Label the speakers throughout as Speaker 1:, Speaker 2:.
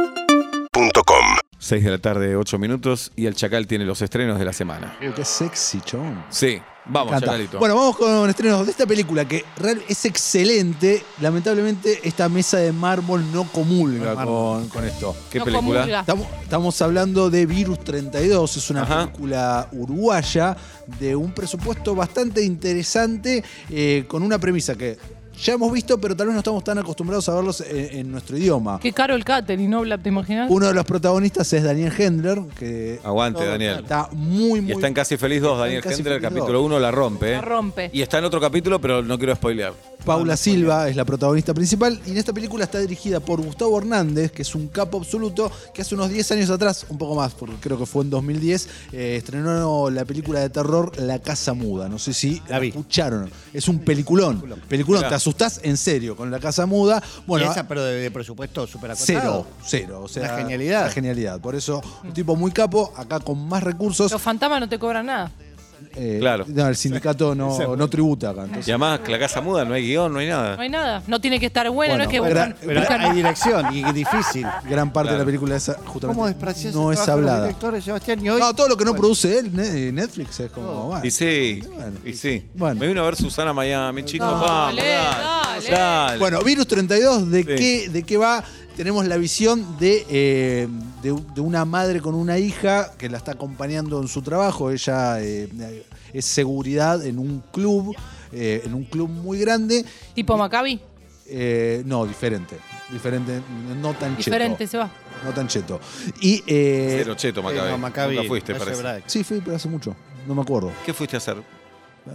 Speaker 1: UrbanaPlayFM.com
Speaker 2: 6 de la tarde, 8 minutos. Y el Chacal tiene los estrenos de la semana.
Speaker 3: Pero qué sexy, chabón.
Speaker 2: Sí, vamos,
Speaker 3: Encanta.
Speaker 2: Chacalito.
Speaker 3: Bueno, vamos con estrenos de esta película que real- es excelente. Lamentablemente, esta mesa de mármol no comulga con, con esto.
Speaker 2: ¿Qué
Speaker 4: No
Speaker 2: película?
Speaker 4: comulga.
Speaker 3: Estamos, estamos hablando de Virus 32, es una
Speaker 2: Ajá.
Speaker 3: película uruguaya de un presupuesto bastante interesante eh, con una premisa que ya hemos visto, pero tal vez no estamos tan acostumbrados a verlos en, en nuestro idioma.
Speaker 4: Qué caro el catering, ¿no? Bla? ¿Te imaginas?
Speaker 3: Uno de los protagonistas es Daniel Hendler, que
Speaker 2: Aguante, Daniel.
Speaker 3: está muy, muy
Speaker 2: Y está en Casi Feliz 2,
Speaker 3: Está en
Speaker 2: Daniel
Speaker 3: Casi
Speaker 2: Hendler,
Speaker 3: Feliz
Speaker 2: capítulo 1, la rompe. ¿eh?
Speaker 4: La rompe.
Speaker 2: Y está en otro capítulo, pero no quiero spoilear.
Speaker 3: Paula Silva es la protagonista principal y en esta película está dirigida por Gustavo Hernández, que es un capo absoluto, que hace unos 10 años atrás, un poco más, porque creo que fue en 2010, eh, estrenó la película de terror La Casa Muda. No sé si la
Speaker 5: vi.
Speaker 3: escucharon. Es un peliculón. Peliculón, te asustás en serio con La Casa Muda. Bueno,
Speaker 5: y esa, pero de, de presupuesto súper
Speaker 3: Cero, cero. O sea,
Speaker 5: Una genialidad.
Speaker 3: una genialidad. Por eso, un tipo muy capo, acá con más recursos.
Speaker 4: Los fantasmas no te cobran nada.
Speaker 3: eh,
Speaker 2: Claro.
Speaker 3: no, el sindicato no, no tributa acá. entonces-
Speaker 2: Y además, la casa muda, no hay guión, no hay nada.
Speaker 4: No hay nada. No tiene que estar bueno, no es que
Speaker 3: Bueno,
Speaker 4: buscan-
Speaker 5: Pero
Speaker 4: buscan-
Speaker 5: hay dirección y difícil.
Speaker 3: gran parte
Speaker 2: Claro.
Speaker 3: de la película esa justamente
Speaker 5: ¿Cómo desprecias
Speaker 3: no
Speaker 5: el
Speaker 3: es
Speaker 5: trabajo de los
Speaker 3: hablada.
Speaker 5: directores, Sebastián, y hoy-
Speaker 3: No, todo lo que no
Speaker 5: Bueno,
Speaker 3: produce él, ne- eh, Netflix, es como. bueno.
Speaker 2: Y sí,
Speaker 3: Bueno.
Speaker 2: y sí.
Speaker 3: Bueno.
Speaker 2: Me vino a ver Susana Miami, chicos.
Speaker 3: Dale,
Speaker 2: vamos,
Speaker 4: dale.
Speaker 2: dale.
Speaker 3: Bueno, Virus 32, ¿de,
Speaker 2: Sí.
Speaker 3: qué, ¿de qué va? Tenemos la visión de, eh, de, de una madre con una hija que la está acompañando en su trabajo. Ella eh, es seguridad en un club, eh, en un club muy grande.
Speaker 4: Tipo Maccabi.
Speaker 3: Eh, no, diferente. Diferente, no tan
Speaker 4: Diferente,
Speaker 3: cheto.
Speaker 4: se va.
Speaker 3: No tan cheto. Y. eh,
Speaker 2: Cero cheto,
Speaker 5: eh,
Speaker 2: Maccabi.
Speaker 5: no, Maccabi,
Speaker 2: Nunca fuiste,
Speaker 5: no hace
Speaker 2: parece.
Speaker 5: break.
Speaker 3: Sí, fui, pero hace mucho. No me acuerdo.
Speaker 2: ¿Qué fuiste a hacer?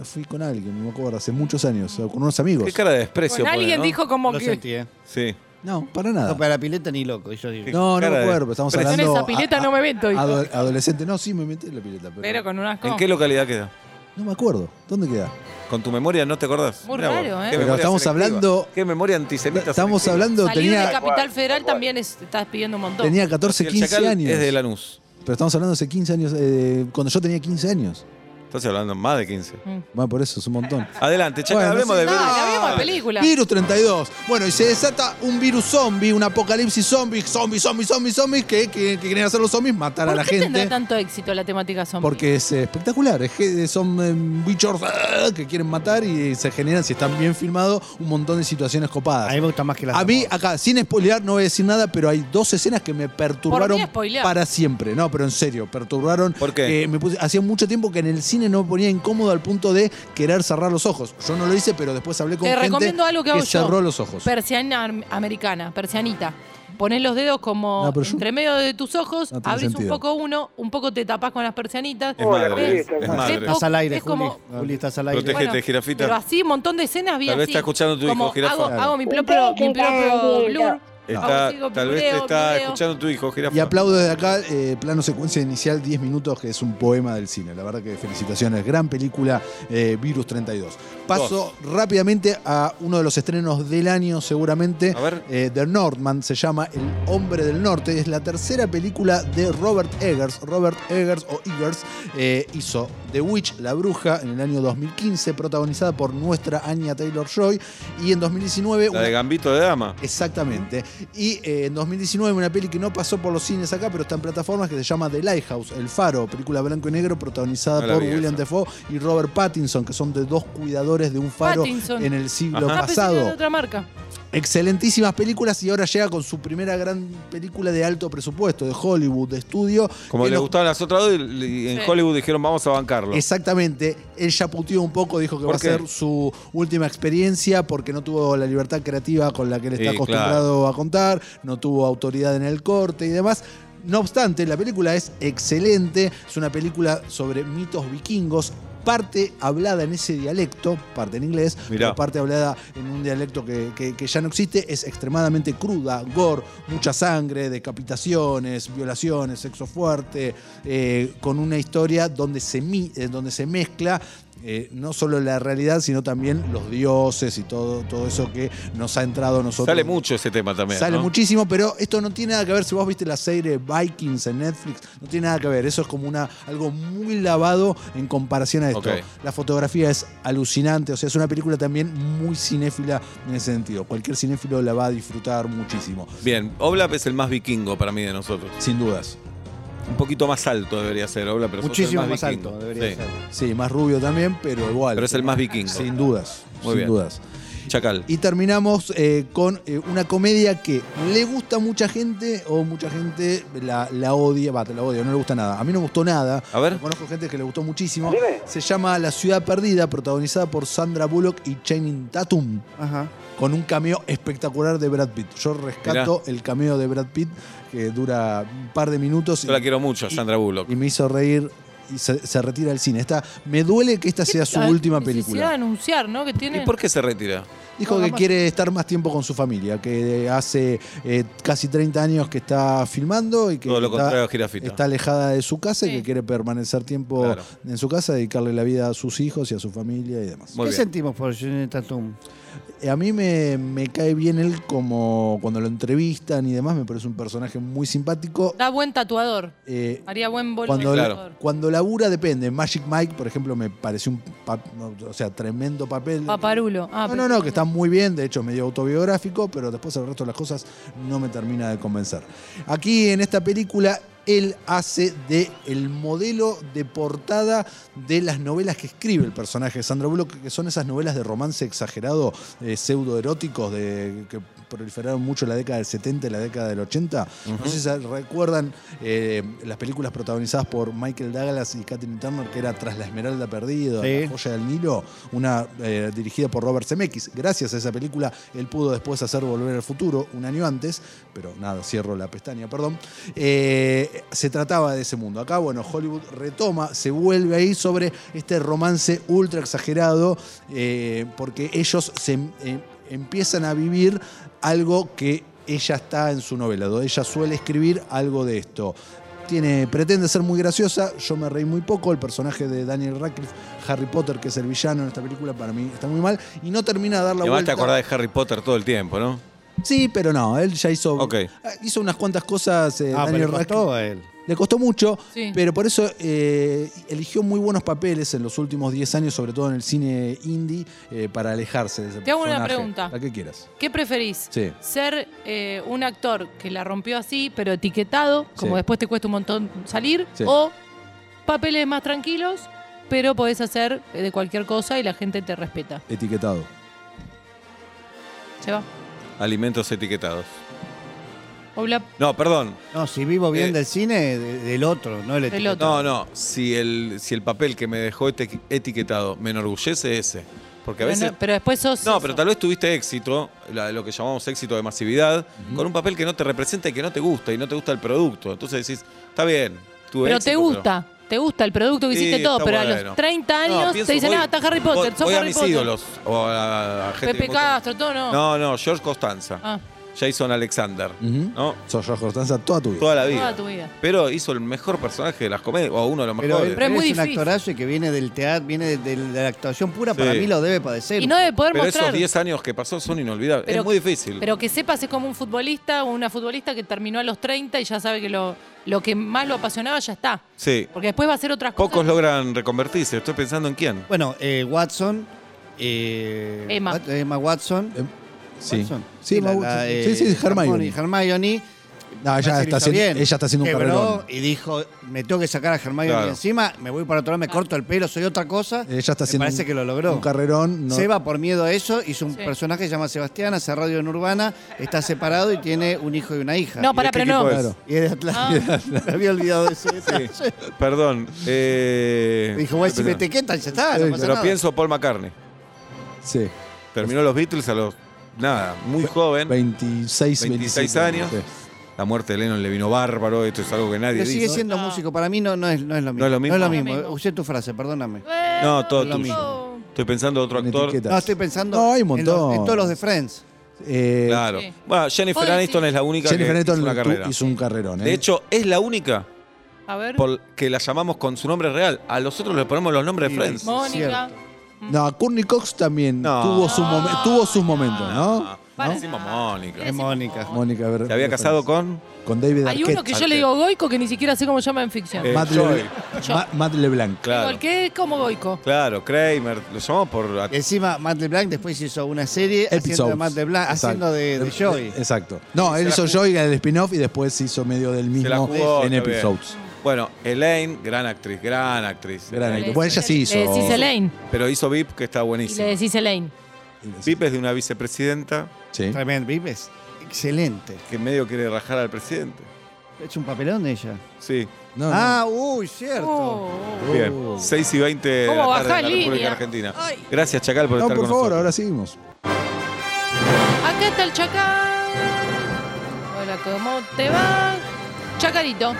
Speaker 3: Fui con alguien, no me acuerdo, hace muchos años, con unos amigos.
Speaker 2: ¿Qué cara de desprecio?
Speaker 4: Con
Speaker 2: pone,
Speaker 4: alguien
Speaker 2: no?
Speaker 4: dijo como
Speaker 5: Lo
Speaker 4: que.
Speaker 5: sentí, ¿eh?
Speaker 2: Sí.
Speaker 3: No, para nada.
Speaker 5: No, para la pileta ni loco. y yo digo,
Speaker 3: No, no
Speaker 2: Cara
Speaker 3: me
Speaker 2: de-
Speaker 3: acuerdo, pero estamos
Speaker 2: Pero
Speaker 4: en
Speaker 3: hablando.
Speaker 4: esa pileta no me meto, hijo.
Speaker 3: ado- Adolescente, no, sí me metí en la pileta, pero.
Speaker 4: Pero con unas
Speaker 2: ¿En
Speaker 4: cosas.
Speaker 2: qué localidad queda?
Speaker 3: No me acuerdo. ¿dónde queda?
Speaker 2: ¿Con tu memoria no te acordás?
Speaker 4: Muy
Speaker 2: Mirá vos,
Speaker 4: raro, ¿eh?
Speaker 2: qué
Speaker 3: Pero
Speaker 2: memoria
Speaker 3: estamos
Speaker 2: selectiva.
Speaker 3: hablando-
Speaker 2: ¿Qué memoria antisemita?
Speaker 3: Estamos
Speaker 2: selectiva.
Speaker 3: hablando,
Speaker 4: Salir de
Speaker 3: tenía,
Speaker 4: Capital Federal también es- estás pidiendo un montón.
Speaker 3: tenía 14,
Speaker 2: El
Speaker 3: 15
Speaker 2: Chacal
Speaker 3: años.
Speaker 2: Es de Lanús.
Speaker 3: Pero estamos hablando hace 15 años, eh, cuando yo tenía 15 años.
Speaker 2: Estás hablando más de 15.
Speaker 3: Bueno, por eso es un montón.
Speaker 2: Adelante, Chacal,
Speaker 3: Bueno,
Speaker 2: hablemos
Speaker 3: sí,
Speaker 2: de
Speaker 4: No,
Speaker 2: Virus.
Speaker 4: la vemos en película.
Speaker 3: Virus 32. Bueno, y se desata un virus zombie, un apocalipsis zombie, zombies, zombies, zombies, zombies, que, que, que quieren hacer los zombies, matar a
Speaker 4: ¿Por
Speaker 3: la
Speaker 4: qué tendrá
Speaker 3: gente.
Speaker 4: tanto éxito la temática zombie?
Speaker 3: Porque es eh, espectacular, es que son eh, bichos ah, que quieren matar y se generan, si están bien filmados, un montón de situaciones copadas.
Speaker 5: A mí me gusta más que la
Speaker 3: A mí, acá, sin spoilear, no voy a decir nada, pero hay dos escenas que me perturbaron
Speaker 4: Por mí, spoilear.
Speaker 3: para siempre. No, pero en serio, perturbaron.
Speaker 2: ¿Por qué?
Speaker 3: que me puse- hacía mucho tiempo que en el cine no me ponía incómodo al punto de querer cerrar los ojos. Yo no lo hice, pero después hablé con
Speaker 4: Te
Speaker 3: gente
Speaker 4: recomiendo algo que hago yo.
Speaker 3: cerró los ojos.
Speaker 4: Persiana am- americana, persianita. Pones los dedos como
Speaker 3: No, pero yo-
Speaker 4: entre medio de tus ojos,
Speaker 3: No tiene
Speaker 4: abrís un
Speaker 3: sentido.
Speaker 4: poco uno, un poco te tapás con las persianitas.
Speaker 2: Es madre.
Speaker 4: ves-
Speaker 2: Es es
Speaker 4: ves
Speaker 2: madre.
Speaker 4: poco-
Speaker 5: Estás al aire,
Speaker 4: es
Speaker 5: Juli.
Speaker 4: como-
Speaker 5: Juli, estás al aire.
Speaker 2: Protege- Déjete, jirafita.
Speaker 4: Pero así, un montón de escenas vi
Speaker 2: Tal vez
Speaker 4: así.
Speaker 2: está escuchando tu
Speaker 4: Como
Speaker 2: hijo, jirafa.
Speaker 4: Hago,
Speaker 2: Claro.
Speaker 4: hago mi propio, mi propio blur.
Speaker 2: Está-
Speaker 4: Hago, sigo,
Speaker 2: tal vez te
Speaker 4: video,
Speaker 2: está
Speaker 4: video.
Speaker 2: escuchando tu hijo, Girafa.
Speaker 3: Y aplaudo desde acá, eh, plano secuencia inicial, 10 minutos, que es un poema del cine. La verdad que felicitaciones. Gran película, eh, Virus 32. Paso rápidamente a uno de los estrenos del año, seguramente.
Speaker 2: A ver.
Speaker 3: Eh, The Northman se llama El Hombre del Norte. Es la tercera película de Robert Eggers. Robert Eggers o Eggers eh, hizo The Witch, La Bruja, en el año 2015, protagonizada por nuestra Anya Taylor Joy. Y en 2019,
Speaker 2: La
Speaker 3: una-
Speaker 2: de Gambito de Dama.
Speaker 3: Exactamente. Y eh, en 2019 una peli que no pasó por los cines acá, pero está en plataformas que se llama The Lighthouse, El Faro, película blanco y negro protagonizada
Speaker 2: No la
Speaker 3: por
Speaker 2: vi
Speaker 3: William
Speaker 2: esa.
Speaker 3: Defoe y Robert Pattinson, que son de dos cuidadores de un faro
Speaker 4: Pattinson.
Speaker 3: en el siglo
Speaker 2: Ajá.
Speaker 4: Ah, pensé que era de
Speaker 3: pasado.
Speaker 4: otra marca.
Speaker 3: Excelentísimas películas y ahora llega con su primera gran película de alto presupuesto, de Hollywood, de estudio.
Speaker 2: Como
Speaker 3: que
Speaker 2: le
Speaker 3: lo-
Speaker 2: gustaban las otras dos, y le- y en
Speaker 4: Sí.
Speaker 2: Hollywood dijeron vamos a bancarlo.
Speaker 3: Exactamente, él ya puteó un poco, dijo que
Speaker 2: ¿Por
Speaker 3: va
Speaker 2: qué?
Speaker 3: a ser su última experiencia porque no tuvo la libertad creativa con la que él está
Speaker 2: Sí,
Speaker 3: acostumbrado a contar, no tuvo autoridad en el corte y demás. No obstante, la película es excelente, es una película sobre mitos vikingos, parte hablada en ese dialecto, parte en inglés,
Speaker 2: Mirá.
Speaker 3: pero parte hablada en un dialecto que, que- que ya no existe, es extremadamente cruda, gore, mucha sangre, decapitaciones, violaciones, sexo fuerte, eh, con una historia donde se, mi- eh, donde se mezcla eh, no solo la realidad, sino también los dioses y todo, todo eso que nos ha entrado a nosotros.
Speaker 2: Sale mucho ese tema también.
Speaker 3: Sale
Speaker 2: ¿no?
Speaker 3: muchísimo, pero esto no tiene nada que ver. Si vos viste la serie Vikings en Netflix, no tiene nada que ver. Eso es como una, algo muy lavado en comparación a esto.
Speaker 2: Ok.
Speaker 3: La fotografía es alucinante, o sea, es una película también muy cinéfila en ese sentido. Cualquier cinéfilo la va a disfrutar muchísimo,
Speaker 2: Bien, Oblap es el más vikingo para mí de nosotros.
Speaker 3: sin dudas.
Speaker 2: Un poquito más alto debería ser Oblap, pero sos el
Speaker 5: Muchísimo más
Speaker 2: vikingo.
Speaker 5: alto debería
Speaker 2: Sí.
Speaker 5: ser.
Speaker 3: Sí, más rubio también, pero igual.
Speaker 2: Pero es el más vikingo.
Speaker 3: Sin dudas,
Speaker 2: Muy
Speaker 3: sin
Speaker 2: bien.
Speaker 3: dudas.
Speaker 2: Chacal.
Speaker 3: Y terminamos eh, con eh, una comedia que le gusta a mucha gente o mucha gente la, la odia, va, te la odia, no le gusta nada. A mí no me gustó nada.
Speaker 2: A ver.
Speaker 3: Conozco gente que le gustó muchísimo. Se llama La ciudad perdida, protagonizada por Sandra Bullock y Channing Tatum,
Speaker 5: Ajá.
Speaker 3: con un cameo espectacular de Brad Pitt. Yo rescato el cameo de Brad Pitt, que dura un par de minutos y,
Speaker 2: Yo la quiero mucho, a Sandra Bullock.
Speaker 3: y me hizo reír y se, se retira del cine. Esta, me duele que esta sea su
Speaker 4: La
Speaker 3: última
Speaker 4: Necesidad de
Speaker 3: película.
Speaker 4: anunciar, ¿no? Que
Speaker 2: ¿Y
Speaker 4: tiene.
Speaker 2: por qué se retira?
Speaker 3: Dijo
Speaker 4: No,
Speaker 3: que
Speaker 4: jamás.
Speaker 3: quiere estar más tiempo con su familia, que hace eh, casi 30 años que está filmando y que
Speaker 2: Todo lo contrario a
Speaker 3: está,
Speaker 2: Girafita.
Speaker 3: está alejada de su casa y
Speaker 4: Sí.
Speaker 3: que quiere permanecer tiempo
Speaker 2: Claro.
Speaker 3: en su casa, dedicarle la vida a sus hijos y a su familia y demás.
Speaker 2: Muy
Speaker 5: ¿Qué
Speaker 2: bien.
Speaker 5: sentimos por Jenny Tatum?
Speaker 3: Eh, A mí me, me cae bien él como cuando lo entrevistan y demás, me parece un personaje muy simpático.
Speaker 4: Da buen tatuador.
Speaker 3: Eh,
Speaker 4: Haría buen bolso.
Speaker 3: cuando,
Speaker 2: Sí,
Speaker 3: la-
Speaker 2: claro.
Speaker 3: cuando labura depende. Magic Mike, por ejemplo, me pareció un pa- o sea, tremendo papel.
Speaker 4: Paparulo. Ah,
Speaker 3: no, no, no, que está muy bien, de hecho medio autobiográfico, pero después el resto de las cosas no me termina de convencer. Aquí en esta película él hace de el modelo de portada de las novelas que escribe el personaje de Sandra Bullock, que son esas novelas de romance exagerado, eh, pseudoeróticos, de, que proliferaron mucho en la década del 70 y la década del 80. No sé si se recuerdan eh, las películas protagonizadas por Michael Douglas y Kathleen Turner, que era Tras la Esmeralda Perdida,
Speaker 5: Sí.
Speaker 3: La Joya del Nilo, una eh, dirigida por Robert Zemeckis. Gracias a esa película, él pudo después hacer Volver al Futuro un año antes, pero nada, cierro la pestaña, perdón. Eh, se trataba de ese mundo. Acá, bueno, Hollywood retoma, se vuelve ahí sobre este romance ultra exagerado, eh, porque ellos se eh, empiezan a vivir algo que ella está en su novela, donde ella suele escribir algo de esto. Tiene, pretende ser muy graciosa, yo me reí muy poco, el personaje de Daniel Radcliffe, Harry Potter, que es el villano en esta película, para mí está muy mal, y no termina de dar la
Speaker 2: Además te
Speaker 3: vuelta.
Speaker 2: acordás de Harry Potter todo el tiempo, ¿no?
Speaker 3: Sí, pero no, él ya hizo, eh,
Speaker 2: Ok.
Speaker 3: hizo unas cuantas cosas, eh,
Speaker 5: Ah,
Speaker 3: Daniel
Speaker 5: pero
Speaker 3: Radcliffe.
Speaker 5: costó a él.
Speaker 3: Le costó mucho,
Speaker 4: Sí.
Speaker 3: pero por eso eh, eligió muy buenos papeles en los últimos 10 años, sobre todo en el cine indie, eh, para alejarse de ese
Speaker 4: Te hago una
Speaker 3: personaje.
Speaker 4: pregunta.
Speaker 3: La que quieras.
Speaker 4: ¿Qué preferís?
Speaker 3: Sí.
Speaker 4: Ser eh, un actor que la rompió así, pero etiquetado, como
Speaker 3: Sí.
Speaker 4: después te cuesta un montón salir,
Speaker 3: Sí.
Speaker 4: o papeles más tranquilos, pero podés hacer eh, de cualquier cosa y la gente te respeta.
Speaker 3: Etiquetado.
Speaker 4: Se va.
Speaker 2: Alimentos etiquetados.
Speaker 4: Obla-
Speaker 2: No, perdón.
Speaker 5: No, si vivo bien
Speaker 2: Eh,
Speaker 5: del cine, de- del otro, no el
Speaker 4: Del
Speaker 5: etiquetado.
Speaker 4: otro.
Speaker 2: No, no. Si el, si el papel que me dejó eti- etiquetado me enorgullece ese. Porque a
Speaker 4: pero,
Speaker 2: veces.
Speaker 4: no- pero después sos.
Speaker 2: No,
Speaker 4: eso.
Speaker 2: pero tal vez tuviste éxito, la- lo que llamamos éxito de masividad, con un papel que no te representa y que no te gusta y no te gusta el producto. Entonces decís, está bien, tuve
Speaker 4: Pero
Speaker 2: éxito,
Speaker 4: te gusta. Te gusta el producto que
Speaker 2: Sí,
Speaker 4: hiciste todo,
Speaker 2: está
Speaker 4: pero a
Speaker 2: bueno.
Speaker 4: los 30 años
Speaker 2: No,
Speaker 4: te
Speaker 2: pienso,
Speaker 4: dicen,
Speaker 2: voy-
Speaker 4: ah, está Harry Potter,
Speaker 2: voy-
Speaker 4: sos
Speaker 2: voy a
Speaker 4: Harry
Speaker 2: mis
Speaker 4: Potter.
Speaker 2: ídolos. O a, a gente
Speaker 4: Pepe
Speaker 2: que-
Speaker 4: Castro, todo no.
Speaker 2: No, no, George Costanza.
Speaker 4: Ah,
Speaker 2: Jason Alexander.
Speaker 3: Ujú.
Speaker 2: ¿No?
Speaker 3: Sos George Constanza toda tu vida.
Speaker 2: Toda la vida.
Speaker 4: toda tu vida.
Speaker 2: Pero hizo el mejor personaje de las comedias, o uno de los
Speaker 5: Pero,
Speaker 2: mejores.
Speaker 5: él,
Speaker 4: Pero es muy
Speaker 5: un
Speaker 4: difícil.
Speaker 5: actorazo y que viene del teatro, viene de, de- de la actuación pura,
Speaker 2: Sí.
Speaker 5: para mí lo debe padecer.
Speaker 4: Y no debe poder
Speaker 2: Pero
Speaker 4: mostrar.
Speaker 2: esos 10 años que pasó son inolvidables.
Speaker 4: Pero-
Speaker 2: es muy difícil.
Speaker 4: Pero que sepas es como un futbolista o una futbolista que terminó a los 30 y ya sabe que lo, lo que más lo apasionaba ya está.
Speaker 2: sí.
Speaker 4: Porque después va a hacer otras
Speaker 2: Pocos
Speaker 4: cosas.
Speaker 2: logran reconvertirse. Estoy pensando en quién.
Speaker 5: Bueno, eh, Watson. eh,
Speaker 4: Emma.
Speaker 5: Wat- Emma Watson.
Speaker 3: Em- Sí.
Speaker 5: Watson.
Speaker 3: Sí,
Speaker 5: la-
Speaker 3: Emma
Speaker 5: la,
Speaker 3: Watson.
Speaker 5: eh,
Speaker 3: Sí, sí, Hermione.
Speaker 5: Hermione.
Speaker 3: No, ella,
Speaker 5: La
Speaker 3: está
Speaker 5: hizo
Speaker 3: haciendo,
Speaker 5: bien.
Speaker 3: ella está haciendo un
Speaker 5: Quebró
Speaker 3: carrerón.
Speaker 5: Y dijo, me tengo que sacar a Hermione
Speaker 2: Claro.
Speaker 5: de encima, me voy para otro lado, me corto el pelo, soy otra cosa.
Speaker 3: Ella Eh, está
Speaker 5: me
Speaker 3: haciendo
Speaker 5: parece
Speaker 3: un,
Speaker 5: que lo logró.
Speaker 3: un carrerón. no-
Speaker 5: Seba, por miedo a eso, hizo un
Speaker 4: Sí.
Speaker 5: personaje que se llama Sebastián, hace radio en Urbana, está separado y tiene un hijo y una hija.
Speaker 4: No, Ah. pará,
Speaker 2: ¿Y de qué
Speaker 4: pero no.
Speaker 2: equipo es?
Speaker 3: Claro.
Speaker 5: Y es de Atlanta. Me había olvidado de ese detalle.
Speaker 2: Perdón. eh,
Speaker 5: Dijo, este bueno, si
Speaker 2: estoy pensando.
Speaker 5: me etiquetan, ya está, no
Speaker 3: Sí,
Speaker 5: pasa
Speaker 2: Pero
Speaker 5: nada.
Speaker 2: pienso Paul McCartney.
Speaker 3: Sí.
Speaker 2: Terminó los Beatles a los. Nada, muy joven.
Speaker 3: 26,
Speaker 2: 26
Speaker 3: 27,
Speaker 2: años.
Speaker 3: sí.
Speaker 2: La muerte de Lennon le vino bárbaro. Esto es algo que nadie
Speaker 5: Pero sigue
Speaker 2: dice.
Speaker 5: siendo
Speaker 4: No.
Speaker 5: músico, para mí no, no, es, no es lo mismo.
Speaker 2: ¿No es lo mismo?
Speaker 5: No
Speaker 4: No es lo mismo.
Speaker 5: Usé tu frase, perdóname.
Speaker 2: No, todo
Speaker 4: Bueno,
Speaker 2: tuyo. Estoy pensando en otro
Speaker 3: Con
Speaker 2: actor.
Speaker 3: etiqueta.
Speaker 5: No, estoy pensando
Speaker 3: No, hay un
Speaker 5: en, los- en
Speaker 3: montón.
Speaker 5: todos los de Friends.
Speaker 3: Eh,
Speaker 2: Claro.
Speaker 4: Sí.
Speaker 2: Bueno, Jennifer
Speaker 4: Puedo
Speaker 2: Aniston
Speaker 4: decir-
Speaker 2: es la única
Speaker 3: Jennifer
Speaker 2: que hizo
Speaker 3: Aniston
Speaker 2: una
Speaker 3: lo- tú-
Speaker 2: carrera.
Speaker 3: hizo un carrerón. ¿eh?
Speaker 2: De hecho, es la única
Speaker 4: A ver.
Speaker 2: porque la llamamos con su nombre real. A los otros le ponemos los nombres de Friends.
Speaker 5: Mo-
Speaker 4: Mónica.
Speaker 5: Cierto.
Speaker 3: No, Courtney Cox también
Speaker 2: No.
Speaker 3: tuvo, su momen- tuvo sus momentos, ¿no?
Speaker 2: Ah,
Speaker 4: Para.
Speaker 2: Decimos Mónica.
Speaker 5: Es Mónica.
Speaker 3: Mónica, a ver.
Speaker 2: Se había casado con.
Speaker 3: Con David
Speaker 4: Hay
Speaker 3: Arquette.
Speaker 4: uno que yo le digo Goico que ni siquiera sé cómo llama en ficción.
Speaker 2: Eh,
Speaker 3: Matt,
Speaker 2: Joy.
Speaker 3: Leblanc. Ma- Matt LeBlanc.
Speaker 2: Claro.
Speaker 4: Digo, ¿el qué? como Goico?
Speaker 2: Claro, Kramer. Lo llamamos por.
Speaker 5: Y encima, Matt LeBlanc después hizo una serie haciendo de
Speaker 3: Episodes.
Speaker 5: Matt LeBlanc,
Speaker 3: Exacto. Em,
Speaker 5: haciendo de, de Joey.
Speaker 3: Exacto. No, él
Speaker 2: la
Speaker 3: hizo
Speaker 2: jugó.
Speaker 3: Joy en el spin-off y después hizo medio
Speaker 2: la
Speaker 3: del mismo
Speaker 2: jugó,
Speaker 3: en
Speaker 2: está bien.
Speaker 3: episodes.
Speaker 2: Bueno, Elaine, gran actriz, gran actriz.
Speaker 3: Gran
Speaker 2: Elaine.
Speaker 3: actriz. Bueno, ella sí hizo.
Speaker 4: Le decís Elaine.
Speaker 2: Pero hizo VIP, que está
Speaker 4: Y le
Speaker 2: buenísimo.
Speaker 4: decís Elaine.
Speaker 2: VIP es de una vicepresidenta
Speaker 3: Sí.
Speaker 5: Tremendo, ¿vives? Excelente.
Speaker 2: que medio quiere rajar al presidente.
Speaker 5: Es un papelón ella.
Speaker 2: Sí,
Speaker 3: No, no.
Speaker 5: ah, uy, cierto.
Speaker 4: Oh.
Speaker 2: bien. 6 y 20 de la
Speaker 4: ¿Cómo
Speaker 2: tarde en
Speaker 4: bajás
Speaker 2: la República
Speaker 4: línea?
Speaker 2: Argentina.
Speaker 4: Ay.
Speaker 2: Gracias, Chacal, por
Speaker 3: No,
Speaker 2: estar
Speaker 3: por
Speaker 2: con
Speaker 3: favor,
Speaker 2: nosotros.
Speaker 3: ahora seguimos.
Speaker 4: Acá está el chacal. Hola, ¿cómo te va? Chacarito.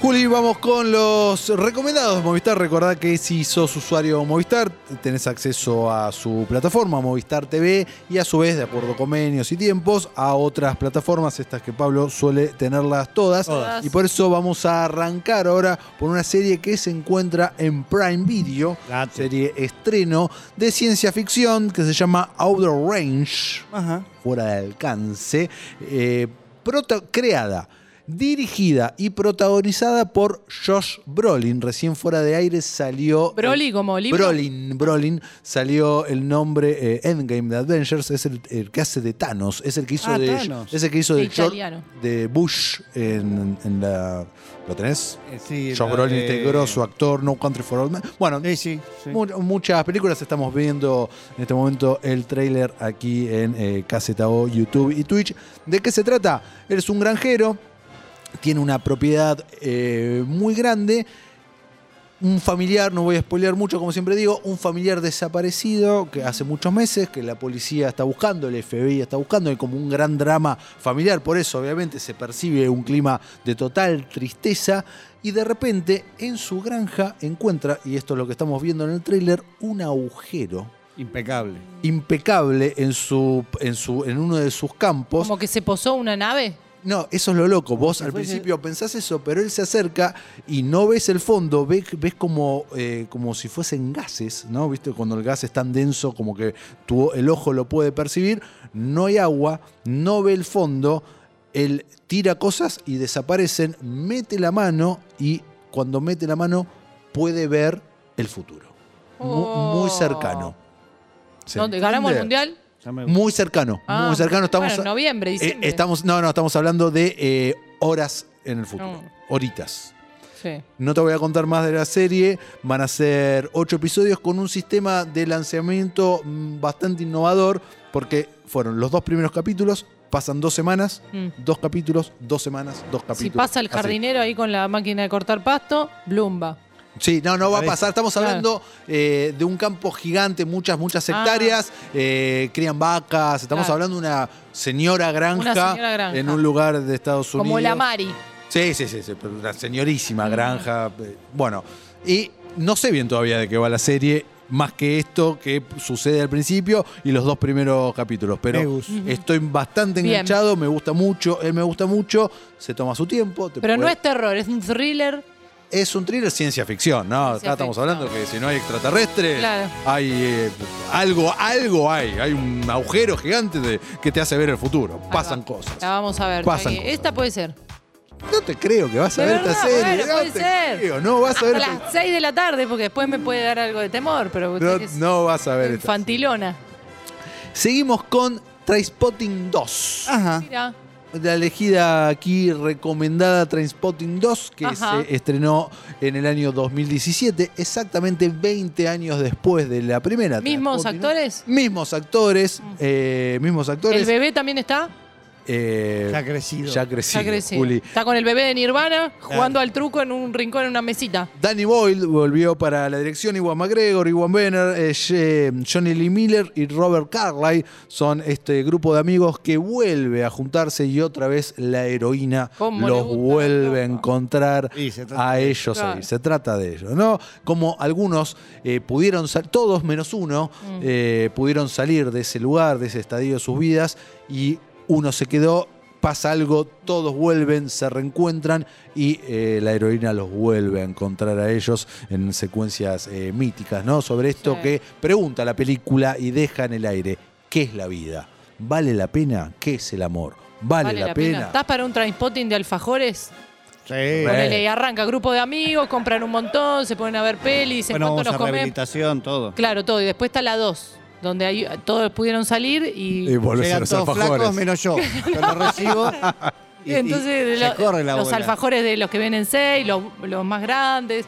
Speaker 3: Juli, vamos con los recomendados de Movistar. Recordad que si sos usuario Movistar, tenés acceso a su plataforma, Movistar TV, y a su vez, de acuerdo con convenios y tiempos, a otras plataformas, estas que Pablo suele tenerlas todas.
Speaker 4: Todas.
Speaker 3: Y por eso vamos a arrancar ahora por una serie que se encuentra en Prime Video,
Speaker 5: Dato.
Speaker 3: serie estreno de ciencia ficción que se llama Outer Range
Speaker 5: Ajá.
Speaker 3: fuera de alcance, eh, prota- creada, dirigida y protagonizada por Josh Brolin. Recién fuera de aire salió...
Speaker 4: Broly como libro.
Speaker 3: Brolin, Brolin, salió el nombre eh, Endgame de Avengers, es el, el que hace de Thanos, es el que hizo
Speaker 5: Ah,
Speaker 3: de
Speaker 5: Thanos.
Speaker 3: es el que hizo de,
Speaker 4: El
Speaker 3: George-
Speaker 4: italiano.
Speaker 3: de Bush en, en la ¿lo tenés?
Speaker 5: Eh, Sí,
Speaker 3: Josh
Speaker 5: la
Speaker 3: Brolin,
Speaker 5: de-
Speaker 3: este grosso actor, No Country for Old Men. Bueno,
Speaker 5: Sí, sí. sí.
Speaker 3: Mu- Muchas películas estamos viendo en este momento el tráiler aquí en eh, KZO, YouTube y Twitch. ¿De qué se trata? Él es un granjero, tiene una propiedad eh, muy grande. Un familiar, no voy a spoilear mucho, como siempre digo, un familiar desaparecido que hace muchos meses que la policía está buscando, el FBI está buscando, hay como un gran drama familiar, por eso obviamente se percibe un clima de total tristeza y de repente en su granja encuentra, y esto es lo que estamos viendo en el tráiler, un agujero
Speaker 5: Impecable.
Speaker 3: impecable en su en su en uno de sus campos
Speaker 4: Como que se posó una nave.
Speaker 3: no, eso es lo loco. Vos
Speaker 5: Si
Speaker 3: al
Speaker 5: fuese-
Speaker 3: principio pensás eso, pero él se acerca y no ves el fondo, ves, ves como, eh, como si fuesen gases, ¿no? ¿Viste? Cuando el gas es tan denso como que tu, el ojo lo puede percibir, no hay agua, no ve el fondo, él tira cosas y desaparecen, mete la mano y cuando mete la mano puede ver el futuro. Mu-
Speaker 4: Oh.
Speaker 3: Muy cercano. ¿Se
Speaker 4: ¿Dónde? ¿Ganamos el
Speaker 3: entiende?
Speaker 4: mundial?
Speaker 5: Ya me
Speaker 3: Muy cercano,
Speaker 4: Ah,
Speaker 3: muy cercano. Estamos
Speaker 4: bueno, en noviembre, diciembre.
Speaker 3: eh, estamos, no, no, estamos hablando de eh, horas en el futuro.
Speaker 4: No.
Speaker 3: Horitas.
Speaker 4: Sí.
Speaker 3: No te voy a contar más de la serie. Van a ser ocho episodios con un sistema de lanzamiento mm, bastante innovador. Porque fueron los dos primeros capítulos, pasan dos semanas,
Speaker 4: Mm.
Speaker 3: dos capítulos, dos semanas, dos capítulos.
Speaker 4: Si pasa el
Speaker 3: Así.
Speaker 4: jardinero ahí con la máquina de cortar pasto, blumba.
Speaker 3: Sí, no, no va a
Speaker 5: Parece.
Speaker 3: pasar. Estamos
Speaker 4: Claro.
Speaker 3: hablando eh, de un campo gigante, muchas, muchas
Speaker 4: Ah.
Speaker 3: hectáreas. eh, crían vacas. Estamos
Speaker 4: Claro.
Speaker 3: hablando de una señora granja,
Speaker 4: señora granja.
Speaker 3: en un lugar de Estados Unidos.
Speaker 4: Como la Mari.
Speaker 3: Sí, sí, sí, sí, pero una señorísima granja. eh, Bueno, y no sé bien todavía de qué va la serie, más que esto que sucede al principio y los dos primeros capítulos.
Speaker 5: Me
Speaker 3: Pero
Speaker 5: gusta.
Speaker 3: estoy bastante
Speaker 4: Bien.
Speaker 3: enganchado, me gusta mucho, él me gusta mucho, se toma su tiempo. te
Speaker 4: Pero no
Speaker 3: puede-
Speaker 4: es terror, es un thriller.
Speaker 3: es un thriller ciencia ficción, ¿no?
Speaker 4: Ciencia
Speaker 3: Acá estamos
Speaker 4: ficción.
Speaker 3: hablando que si no hay extraterrestres,
Speaker 4: Claro.
Speaker 3: hay eh, algo, algo hay, hay un agujero gigante de- que te hace ver el futuro. Pasan
Speaker 4: va.
Speaker 3: cosas.
Speaker 4: La vamos a ver.
Speaker 3: Pasan
Speaker 4: Jackie.
Speaker 3: cosas.
Speaker 4: Esta puede ser.
Speaker 3: No te creo que vas a
Speaker 4: De
Speaker 3: ver esta
Speaker 4: verdad,
Speaker 3: serie.
Speaker 4: bueno,
Speaker 3: no
Speaker 4: puede
Speaker 3: te
Speaker 4: ser.
Speaker 3: creo, no vas a
Speaker 4: A
Speaker 3: ver esta-
Speaker 4: las 6 de la tarde, porque después me puede dar algo de temor, pero
Speaker 3: No,
Speaker 4: usted que Pues es
Speaker 3: no vas a ver esta
Speaker 4: infantilona.
Speaker 3: serie. Seguimos con Trainspotting 2.
Speaker 4: Ah.
Speaker 5: Ajá.
Speaker 3: Ah,
Speaker 4: Mira,
Speaker 3: La elegida aquí recomendada Trainspotting 2, que
Speaker 4: Ajá.
Speaker 3: se estrenó en el año 2017, exactamente 20 años después de la primera.
Speaker 4: ¿Mismos
Speaker 3: Trainspotting.
Speaker 4: actores? Mm.
Speaker 3: Mismos actores, eh, mismos
Speaker 4: ¿El
Speaker 3: actores.
Speaker 4: bebé también está?
Speaker 3: eh,
Speaker 5: Ya ha crecido.
Speaker 3: ya crecido,
Speaker 4: Está crecido.
Speaker 3: Juli.
Speaker 4: Está con el bebé de Nirvana jugando al truco en un rincón, en una mesita.
Speaker 3: Danny Boyle volvió para la dirección, Iwan McGregor, Iwan Benner, eh, Ye- Johnny Lee Miller y Robert Carlyle son este grupo de amigos que vuelve a juntarse y otra vez la heroína
Speaker 4: Cómo le
Speaker 3: los
Speaker 4: gusta la
Speaker 3: vuelve a
Speaker 4: copa.
Speaker 3: encontrar
Speaker 5: Y se trata
Speaker 3: a ellos
Speaker 4: Claro.
Speaker 3: ahí. Se trata de ellos, ¿no? Como algunos eh, pudieron, sal- todos menos uno, eh, pudieron salir de ese lugar, de ese estadio de sus vidas y uno se quedó pasa algo, todos vuelven, se reencuentran y eh, la heroína los vuelve a encontrar a ellos en secuencias eh, míticas, ¿no? Sobre esto
Speaker 4: Sí.
Speaker 3: que pregunta la película y deja en el aire, ¿qué es la vida? ¿Vale la pena? ¿Qué es el amor? ¿Vale, la, pena?
Speaker 4: ¿Estás para un transpotting de alfajores?
Speaker 5: Sí.
Speaker 3: Bueno,
Speaker 4: Ponele, y arranca grupo de amigos, compran un montón, se ponen a ver pelis, en
Speaker 5: Bueno,
Speaker 4: cuanto
Speaker 5: vamos
Speaker 4: nos
Speaker 5: a
Speaker 4: comemos.
Speaker 5: rehabilitación, todo.
Speaker 4: Claro, todo. Y después está la 2, donde ahí todos pudieron salir y,
Speaker 3: Y volvés Eh, a
Speaker 5: Llegan
Speaker 3: los
Speaker 5: todos flacos
Speaker 3: alfajores.
Speaker 5: menos yo. Yo lo recibo. y-
Speaker 4: y entonces
Speaker 5: y
Speaker 4: lo-
Speaker 5: se corre la
Speaker 4: los
Speaker 5: bola.
Speaker 4: alfajores de los que vienen seis, los, los más grandes.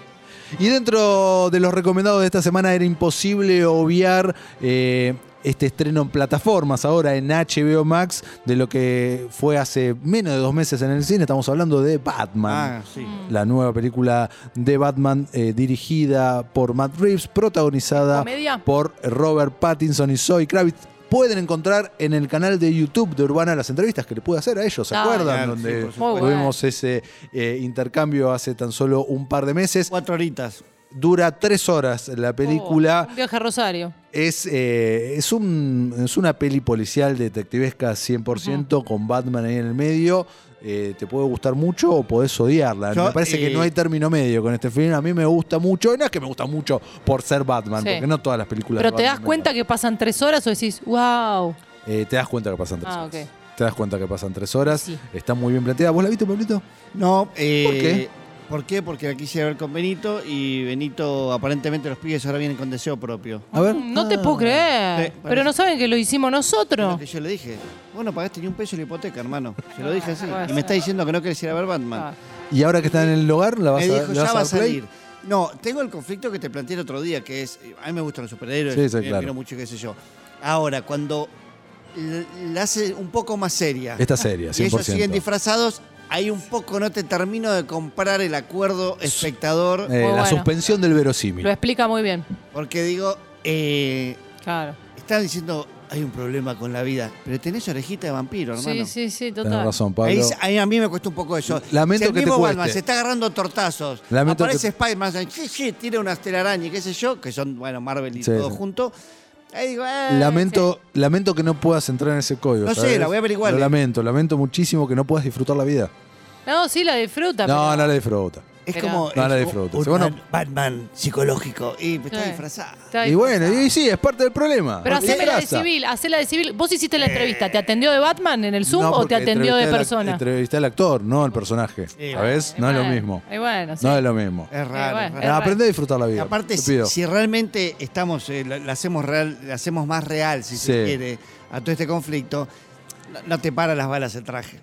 Speaker 3: Y dentro de los recomendados de esta semana era imposible obviar eh, este estreno en plataformas, ahora en HBO Max, de lo que fue hace menos de dos meses en el cine. Estamos hablando de Batman.
Speaker 5: Ah, sí.
Speaker 3: La nueva película de Batman eh, dirigida por Matt Reeves, protagonizada
Speaker 4: ¿Comedia?
Speaker 3: por Robert Pattinson y Zoe Kravitz. Pueden encontrar en el canal de YouTube de Urbana las entrevistas que le pude hacer a ellos, ¿se
Speaker 4: Ah,
Speaker 3: acuerdan?
Speaker 5: claro, sí,
Speaker 3: Donde
Speaker 5: por supuesto.
Speaker 4: Muy
Speaker 3: tuvimos ese eh, intercambio hace tan solo un par de meses.
Speaker 5: Cuatro horitas.
Speaker 3: Dura tres horas la película.
Speaker 4: Oh, un viaje a Rosario.
Speaker 3: Es, eh, es, un, es una peli policial detectivesca 100% con Batman ahí en el medio. Eh, ¿Te puede gustar mucho o podés odiarla?
Speaker 5: Yo,
Speaker 3: me parece que
Speaker 5: eh,
Speaker 3: no hay término medio con este film. A mí me gusta mucho. Y No es que me gusta mucho por ser Batman,
Speaker 4: Sí.
Speaker 3: porque no todas las películas.
Speaker 4: Pero
Speaker 3: de
Speaker 4: te das
Speaker 3: Batman me
Speaker 4: cuenta que pasan tres horas o decís, wow.
Speaker 3: gustan. Eh, te das cuenta que pasan tres
Speaker 4: Ah,
Speaker 3: horas.
Speaker 4: ok.
Speaker 3: Te das cuenta que pasan tres horas.
Speaker 4: Sí.
Speaker 3: Está muy bien planteada. ¿Vos la viste, Pablito?
Speaker 5: No, eh,
Speaker 3: ¿Por qué?
Speaker 5: ¿Por qué? Porque la quise ver con Benito y Benito, aparentemente los pibes ahora vienen con deseo propio.
Speaker 3: A ver.
Speaker 4: mm, No te
Speaker 3: Ah.
Speaker 4: puedo creer.
Speaker 5: Sí, parece.
Speaker 4: Pero no saben que lo hicimos
Speaker 5: Lo
Speaker 4: nosotros.
Speaker 5: que yo le dije, bueno, pagaste ni un peso la hipoteca, hermano. Se lo dije así.
Speaker 4: puede
Speaker 5: Y me está
Speaker 4: ser.
Speaker 5: diciendo que no querés ir a ver
Speaker 4: Ah,
Speaker 5: Batman.
Speaker 3: Y ahora que está en el hogar, la vas
Speaker 5: Me
Speaker 3: a
Speaker 5: dijo,
Speaker 3: la vas
Speaker 5: ya va a
Speaker 3: dar play?
Speaker 5: salir. No, tengo el conflicto que te planteé el otro día, que es, eh, a mí me gustan los superhéroes,
Speaker 3: Sí, sí,
Speaker 5: me
Speaker 3: claro.
Speaker 5: miro mucho, qué sé yo. Ahora, cuando l- la hace un poco más seria
Speaker 3: Está seria, 100%.
Speaker 5: y ellos siguen disfrazados, ahí un poco no te termino de comprar el acuerdo espectador,
Speaker 3: Eh,
Speaker 4: Muy
Speaker 3: La
Speaker 4: bueno.
Speaker 3: suspensión del verosímil.
Speaker 4: Lo explica muy bien.
Speaker 5: porque digo, eh,
Speaker 4: Claro.
Speaker 5: Estás diciendo, hay un problema con la vida, pero tenés orejita de vampiro, hermano.
Speaker 4: Sí, sí, sí, total.
Speaker 3: Tenés razón, Pablo.
Speaker 5: Ahí, ah, ahí a mí me cuesta un poco eso.
Speaker 3: Lamento
Speaker 5: Si el
Speaker 3: que te
Speaker 5: mismo
Speaker 3: cueste.
Speaker 5: Batman se está agarrando tortazos.
Speaker 3: Lamento
Speaker 5: aparece
Speaker 3: que-
Speaker 5: Spider-Man, sí, sí, tira unas telarañas y qué sé yo, que son, bueno, Marvel y
Speaker 3: Sí,
Speaker 5: todo
Speaker 3: sí.
Speaker 5: junto. Ahí digo, eh,
Speaker 3: Lamento, lamento que no puedas entrar en ese código.
Speaker 5: No sé,
Speaker 3: ¿sabes?
Speaker 5: la voy a averiguar.
Speaker 3: Lo lamento, lamento muchísimo que no puedas disfrutar la vida.
Speaker 4: No, sí, la disfruta.
Speaker 3: No,
Speaker 4: pero-
Speaker 3: no la disfruta.
Speaker 5: es
Speaker 4: Pero-
Speaker 5: como
Speaker 3: No,
Speaker 5: es
Speaker 3: la
Speaker 5: como
Speaker 3: disfruto.
Speaker 5: un
Speaker 3: Sí, bueno.
Speaker 5: Batman psicológico. Y pues, está
Speaker 4: Sí.
Speaker 5: disfrazado.
Speaker 4: Está
Speaker 3: Y bueno,
Speaker 4: disfrazada.
Speaker 3: y sí, es parte del problema.
Speaker 4: Pero
Speaker 3: Porque
Speaker 4: hacela de
Speaker 3: disfraza.
Speaker 4: civil, hacela de civil. Vos hiciste la entrevista, ¿te atendió de Batman en el Zoom
Speaker 3: No,
Speaker 4: o te
Speaker 3: porque
Speaker 4: atendió de
Speaker 3: entrevisté al ac-
Speaker 4: persona?
Speaker 3: Entrevisté al actor, no al personaje.
Speaker 5: Sí,
Speaker 3: ¿Sabes?
Speaker 4: Y
Speaker 3: No es lo
Speaker 4: bueno,
Speaker 3: mismo.
Speaker 4: Y bueno, sí.
Speaker 3: No es lo mismo.
Speaker 5: Es
Speaker 4: Eh,
Speaker 5: raro.
Speaker 4: bueno,
Speaker 5: es raro.
Speaker 4: es raro.
Speaker 3: Aprende a disfrutar la vida.
Speaker 5: Aparte,
Speaker 3: te
Speaker 5: si,
Speaker 3: pido.
Speaker 5: si realmente estamos, eh, la, la hacemos real, la hacemos más real, si
Speaker 3: Sí.
Speaker 5: se quiere, a todo este conflicto, no, no te para las balas el traje.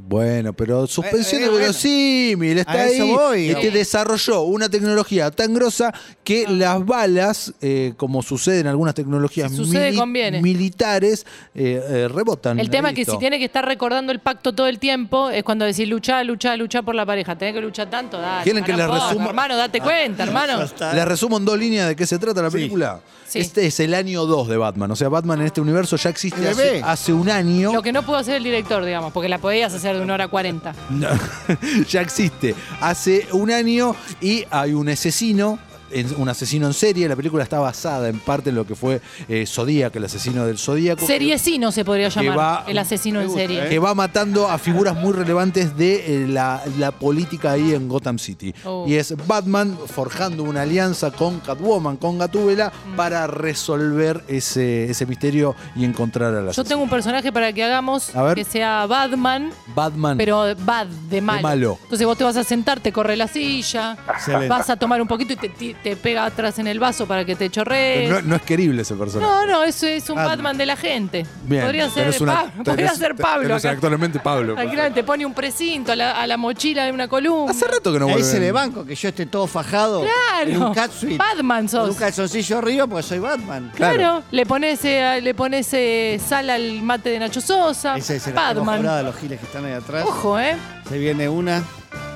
Speaker 3: Bueno, pero suspensión
Speaker 5: Eh, eh,
Speaker 3: de
Speaker 5: bueno.
Speaker 3: verosímil, está
Speaker 5: A eso
Speaker 3: ahí.
Speaker 5: voy,
Speaker 3: y que
Speaker 5: digamos.
Speaker 3: desarrolló una tecnología tan grosa que
Speaker 4: Ah.
Speaker 3: las balas, eh, como sucede en algunas tecnologías
Speaker 4: Si sucede, conviene.
Speaker 3: militares, eh, eh, rebotan.
Speaker 4: El tema
Speaker 3: Ahí
Speaker 4: es que
Speaker 3: listo.
Speaker 4: si tiene que estar recordando el pacto todo el tiempo es cuando decís luchá, luchá, luchá por la pareja. Tenés que luchar tanto, dale.
Speaker 3: ¿Quieren que
Speaker 4: para
Speaker 3: les
Speaker 4: un poco,
Speaker 3: resuma? Ah,
Speaker 4: Hermano, date cuenta, hermano.
Speaker 3: Les resumo en dos líneas de qué se trata la película.
Speaker 4: Sí.
Speaker 3: Este es el año 2 de Batman. O sea, Batman en este universo ya existe
Speaker 5: El
Speaker 3: hace,
Speaker 5: bebé.
Speaker 3: hace un año.
Speaker 4: Lo que no pudo hacer el director, digamos, porque la podías hacer de una hora cuarenta.
Speaker 3: No, ya existe. Hace un año y hay un asesino. en- Un asesino en serie, la película está basada en parte en lo que fue eh, Zodíaco, el asesino del Zodíaco.
Speaker 4: Seriecino se podría llamar
Speaker 3: va-
Speaker 4: el asesino
Speaker 5: me
Speaker 4: en
Speaker 5: gusta,
Speaker 4: serie.
Speaker 5: ¿eh?
Speaker 3: que va matando a figuras muy relevantes de eh, la, la política ahí en Gotham City.
Speaker 4: Oh.
Speaker 3: Y es Batman forjando una alianza con Catwoman, con Gatúbela,
Speaker 4: Mm.
Speaker 3: para resolver ese, ese misterio y encontrar a la
Speaker 4: Yo tengo un personaje para que hagamos
Speaker 3: A ver.
Speaker 4: que sea Batman,
Speaker 3: Batman.
Speaker 4: pero bad, de malo.
Speaker 3: malo.
Speaker 4: Entonces vos te vas a sentar, te corre la silla,
Speaker 5: Excelente.
Speaker 4: vas a tomar un poquito y te, ti- te pega atrás en el vaso para que te chorrees.
Speaker 3: no, no es querible ese personaje.
Speaker 4: No, no, eso es un
Speaker 5: Batman.
Speaker 4: Batman, de la gente.
Speaker 3: Bien,
Speaker 4: podría ser,
Speaker 3: tenés una-
Speaker 4: Pa-
Speaker 3: tenés-
Speaker 4: podría ser Pablo.
Speaker 3: tenés
Speaker 4: acá.
Speaker 3: actualmente Pablo. pues.
Speaker 4: Tranquilamente, te pone un precinto a la, a la mochila de una columna.
Speaker 3: Hace rato que no
Speaker 5: Ahí
Speaker 3: vuelven.
Speaker 5: se le banco que yo esté todo fajado.
Speaker 4: Claro.
Speaker 5: en un catsuit.
Speaker 4: Batman
Speaker 5: con
Speaker 4: sos.
Speaker 5: Un calzoncillo arriba porque soy Batman.
Speaker 4: Claro.
Speaker 3: Claro.
Speaker 4: le pones eh, le pones eh, sal al mate de Nacho Sosa.
Speaker 5: Esa es la tengo
Speaker 4: Batman.
Speaker 5: jurada, los giles que están ahí atrás.
Speaker 4: Ojo, ¿eh?
Speaker 5: Se viene una.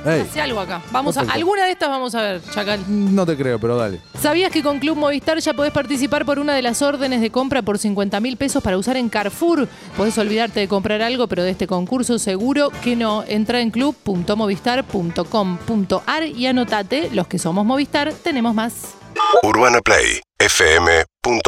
Speaker 3: Ey,
Speaker 4: Hace algo acá. Vamos a,
Speaker 3: Perfecto.
Speaker 4: alguna de estas vamos a ver, Chacal.
Speaker 3: no te creo, pero dale.
Speaker 4: ¿Sabías que con Club Movistar ya podés participar por una de las órdenes de compra por 50 mil pesos para usar en Carrefour? Podés olvidarte de comprar algo, pero de este concurso seguro que no. Entra en club.movistar.com.ar y anotate, los que somos Movistar tenemos más.
Speaker 1: UrbanaPlayFM.com